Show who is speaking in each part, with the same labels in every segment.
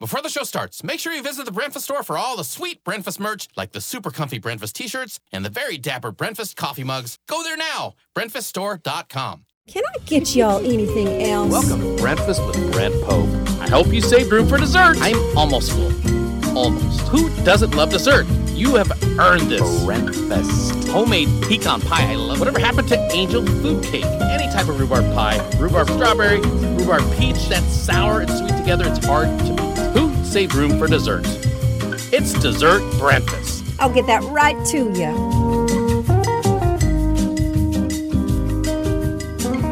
Speaker 1: Before the show starts, make sure you visit the Breakfast store for all the sweet breakfast merch, like the super comfy breakfast t shirts and the very dapper breakfast coffee mugs. Go there now, breakfaststore.com.
Speaker 2: Can I get y'all anything else?
Speaker 3: Welcome to Breakfast with Brad Pope. I hope you saved room for dessert. I'm almost full. Almost. Who doesn't love dessert? You have earned this.
Speaker 4: Breakfast.
Speaker 3: Homemade pecan pie. I love. Whatever happened to angel food cake? Any type of rhubarb pie, rhubarb strawberry, rhubarb peach. That's sour and sweet together. It's hard to beat. Who saved room for dessert? It's dessert breakfast.
Speaker 2: I'll get that right to you.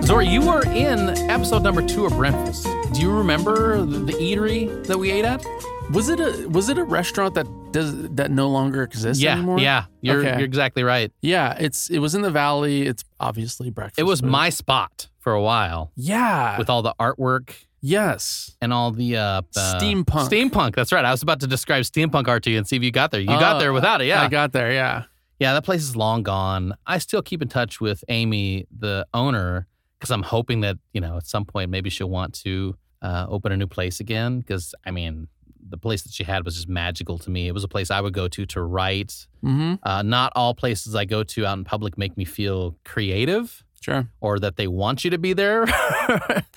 Speaker 3: Zora, you were in episode number two of Breakfast. Do you remember the, the eatery that we ate at?
Speaker 4: Was it a was it a restaurant that does that no longer exists
Speaker 3: yeah,
Speaker 4: anymore?
Speaker 3: yeah. You're,
Speaker 4: Okay.
Speaker 3: you're exactly right.
Speaker 4: Yeah, it's it was in the valley. It's obviously breakfast.
Speaker 3: It was
Speaker 4: but-
Speaker 3: my spot for a while
Speaker 4: Yeah.
Speaker 3: with all the artwork
Speaker 4: yes.
Speaker 3: and all the uh, uh,
Speaker 4: Steampunk.
Speaker 3: Steampunk. That's right. I was about to describe steampunk art to you and see if you got there. You got
Speaker 4: Oh,
Speaker 3: there without it. Yeah.
Speaker 4: I got there. Yeah.
Speaker 3: yeah. That place is long gone. I still keep in touch with Amy, the owner, because I'm hoping that you know at some point maybe she'll want to uh, open a new place again. Because I mean, the place that she had was just magical to me. It was a place I would go to to write.
Speaker 4: Mm-hmm.
Speaker 3: Uh, not all places I go to out in public make me feel creative
Speaker 4: Sure.
Speaker 3: or that they want you to be there.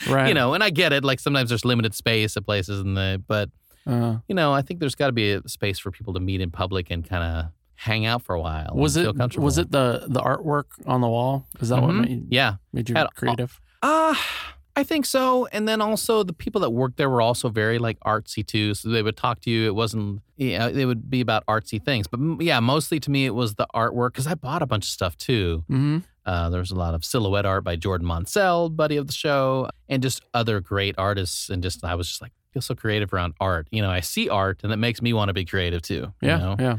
Speaker 4: Right.
Speaker 3: you know, and I get it. Like sometimes there's limited space at places, and the but
Speaker 4: Uh,
Speaker 3: you know, I think there's got to be a space for people to meet in public and kind of hang out for a while. and
Speaker 4: was
Speaker 3: feel
Speaker 4: it
Speaker 3: comfortable.
Speaker 4: was it the the artwork on the wall? Is that what
Speaker 3: Mhm.
Speaker 4: made,
Speaker 3: Yeah.
Speaker 4: made you
Speaker 3: Had all-
Speaker 4: creative?
Speaker 3: Uh I think so. And then also the people that worked there were also very like artsy too. So they would talk to you. It wasn't. Yeah, it would be about artsy things. But mm, yeah, mostly to me it was the artwork because I bought a bunch of stuff too.
Speaker 4: Mm-hmm.
Speaker 3: Uh, there was a lot of silhouette art by Jordan Monsell, buddy of the show, and just other great artists. And just I was just like, feel so creative around art. You know, I see art and it makes me want to be creative too. you
Speaker 4: Yeah.
Speaker 3: know?
Speaker 4: Yeah.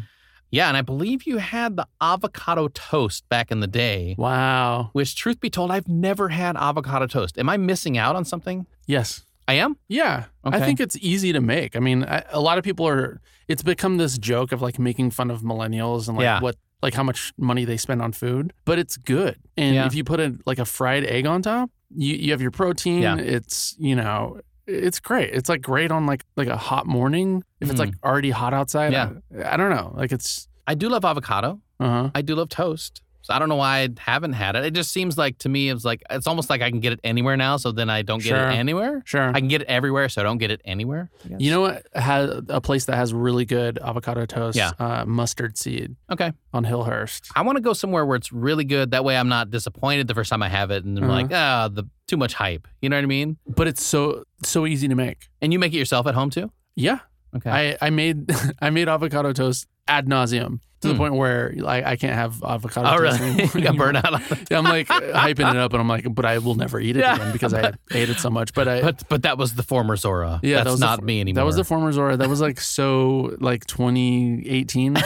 Speaker 3: yeah. And I believe you had the avocado toast back in the day.
Speaker 4: Wow.
Speaker 3: Which, truth be told, I've never had avocado toast. Am I missing out on something?
Speaker 4: Yes.
Speaker 3: I am.
Speaker 4: Yeah. I
Speaker 3: Okay.
Speaker 4: think it's easy to make. I mean, I, a lot of people are, it's become this joke of like making fun of millennials and like
Speaker 3: Yeah.
Speaker 4: what, like how much money they spend on food, but it's good. And
Speaker 3: Yeah.
Speaker 4: if you put a, like a fried egg on top, you, you have your protein.
Speaker 3: Yeah.
Speaker 4: It's, you know, it's great. It's like great on like, like a hot morning. If it's like already hot outside.
Speaker 3: Hmm. Yeah.
Speaker 4: I, I don't know. Like it's,
Speaker 3: I do love avocado.
Speaker 4: uh huh.
Speaker 3: I do love toast. So I don't know why I haven't had it. It just seems like to me, it's like it's almost like I can get it anywhere now. So then I don't get
Speaker 4: Sure.
Speaker 3: it anywhere.
Speaker 4: Sure.
Speaker 3: I can get it everywhere, so I don't get it anywhere. I guess.
Speaker 4: you know what has a place that has really good avocado toast?
Speaker 3: Yeah.
Speaker 4: Uh, mustard seed
Speaker 3: Okay.
Speaker 4: on Hillhurst.
Speaker 3: I want to go somewhere where it's really good. That way, I'm not disappointed the first time I have it, and I'm
Speaker 4: Uh-huh.
Speaker 3: like, ah, the too much hype. You know what I mean?
Speaker 4: But it's so, so easy to make.
Speaker 3: And you make it yourself at home too.
Speaker 4: Yeah.
Speaker 3: Okay.
Speaker 4: I, I made I made avocado toast ad nauseum to the
Speaker 3: Hmm.
Speaker 4: point where like I can't have avocado
Speaker 3: oh,
Speaker 4: toast
Speaker 3: really?
Speaker 4: anymore.
Speaker 3: you got burnt out. on that.
Speaker 4: I'm like hyping it up, and I'm like, but I will never eat it
Speaker 3: Yeah.
Speaker 4: again because I ate it so much. But I
Speaker 3: But but that was the former Zora.
Speaker 4: yeah, that
Speaker 3: that's
Speaker 4: was the
Speaker 3: not
Speaker 4: fir-
Speaker 3: me anymore.
Speaker 4: That was the former Zora. That was like so like 2018.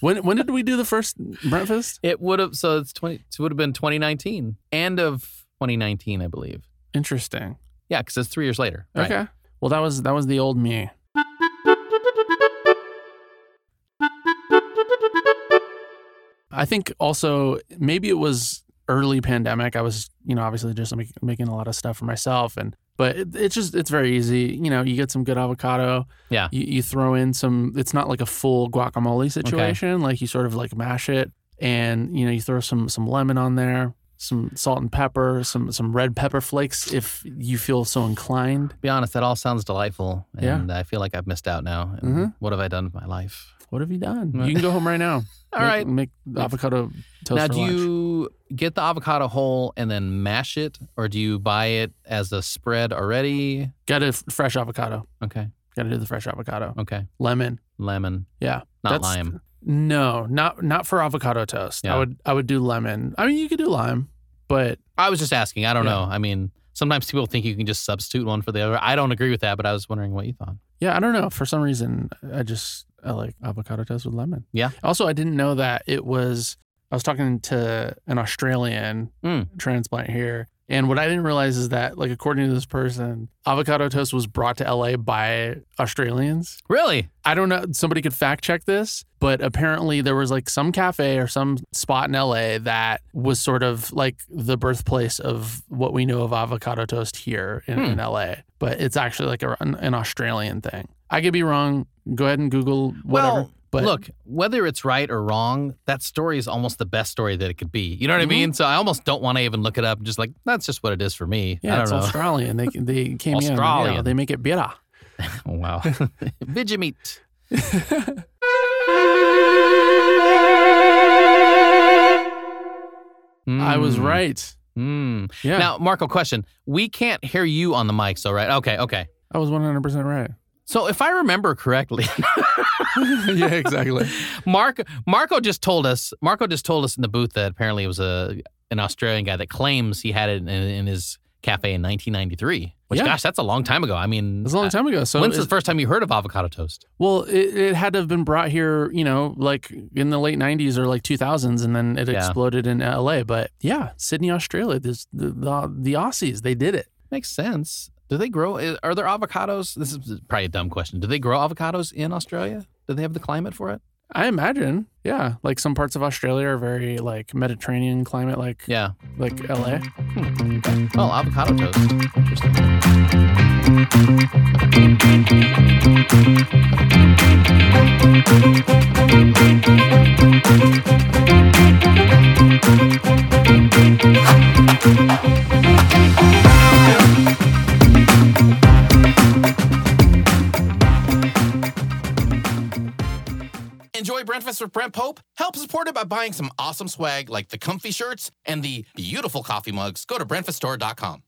Speaker 4: when when did we do the first breakfast?
Speaker 3: it would have so it's twenty. It would have been 2019, end of 2019, I believe.
Speaker 4: Interesting.
Speaker 3: Yeah, because it's three years later. Right.
Speaker 4: Okay. Well, that was that was the old me. I think also maybe it was early pandemic. I was, you know, obviously just make, making a lot of stuff for myself, and but it, it's just it's very easy. You know, you get some good avocado.
Speaker 3: Yeah.
Speaker 4: You, you throw in some. It's not like a full guacamole situation. Like you sort of like mash it, and you know you throw some some lemon on there, some salt and pepper, some some red pepper flakes if you feel so inclined.
Speaker 3: To be honest, that all sounds delightful,
Speaker 4: Yeah.
Speaker 3: and I feel like I've missed out now. And
Speaker 4: Mhm.
Speaker 3: What have I done with my life?
Speaker 4: What have you done?
Speaker 3: Right.
Speaker 4: You can go home right now.
Speaker 3: All
Speaker 4: make,
Speaker 3: right.
Speaker 4: Make avocado toast.
Speaker 3: now,
Speaker 4: for
Speaker 3: do
Speaker 4: lunch.
Speaker 3: you get the avocado whole and then mash it, or do you buy it as a spread already?
Speaker 4: got a fresh avocado?
Speaker 3: Okay,
Speaker 4: Got to do the fresh avocado.
Speaker 3: okay,
Speaker 4: Lemon.
Speaker 3: lemon,
Speaker 4: Yeah.
Speaker 3: not
Speaker 4: That's-
Speaker 3: lime.
Speaker 4: No, not not for avocado toast. I
Speaker 3: Yeah.
Speaker 4: would I would do lemon. I mean, you could do lime, but
Speaker 3: I was just asking. I don't
Speaker 4: Yeah.
Speaker 3: know. I mean, sometimes people think you can just substitute one for the other. I don't agree with that, but I was wondering what you thought.
Speaker 4: yeah, I don't know. For some reason, I just I like avocado toast with lemon.
Speaker 3: Yeah.
Speaker 4: Also, I didn't know that it was. I was talking to an Australian
Speaker 3: Mm.
Speaker 4: transplant here, and what I didn't realize is that, like, according to this person, avocado toast was brought to LA by Australians.
Speaker 3: Really?
Speaker 4: I don't know. Somebody could fact check this, but apparently there was like some cafe or some spot in LA that was sort of like the birthplace of what
Speaker 3: Hmm.
Speaker 4: we know of avocado toast here in, in LA. But it's actually like a, an, an Australian thing. I could be wrong. Go ahead and Google whatever.
Speaker 3: Well,
Speaker 4: but
Speaker 3: Look, whether it's right or wrong, that story is almost the best story that it could be. You know what
Speaker 4: Mhm.
Speaker 3: I mean? So I almost don't want to even look it up. Just like that's just what it is for me. I
Speaker 4: yeah,
Speaker 3: don't
Speaker 4: it's
Speaker 3: know.
Speaker 4: Australian. They they came in. Yeah,
Speaker 3: Australian.
Speaker 4: they make it better.
Speaker 3: Oh, wow. Veggie meat.
Speaker 4: I was
Speaker 3: Mm,
Speaker 4: right.
Speaker 3: mm.
Speaker 4: Yeah,
Speaker 3: Now, Marco, question. We can't hear you on the mic, so right? Okay, okay.
Speaker 4: I was one hundred percent right.
Speaker 3: So if I remember correctly,
Speaker 4: yeah, exactly.
Speaker 3: Mark Marco just told us Marco just told us in the booth that apparently it was a an Australian guy that claims he had it in, in his cafe in 1993. Which,
Speaker 4: Yeah.
Speaker 3: gosh, that's a long time ago. I mean,
Speaker 4: It was a long
Speaker 3: uh,
Speaker 4: time ago. So
Speaker 3: when's
Speaker 4: it's-
Speaker 3: the first time you heard of avocado toast?
Speaker 4: Well, it, it had to have been brought here, you know, like in the late 90s or like 2000s, and then it
Speaker 3: Yeah.
Speaker 4: exploded in LA. But yeah, Sydney, Australia, there's the, the, the Aussies, they did it.
Speaker 3: Makes sense. Do they grow? i- Are there avocados? This is probably a dumb question. Do they grow avocados in Australia? Do they have the climate for it?
Speaker 4: I imagine. Yeah. Like some parts of Australia are very like Mediterranean climate, like,
Speaker 3: Yeah.
Speaker 4: like LA.
Speaker 3: Well, avocado toast. Interesting.
Speaker 1: Enjoy breakfast with Brent Pope? Help support it by buying some awesome swag like the comfy shirts and the beautiful coffee mugs. Go to breakfaststore.com.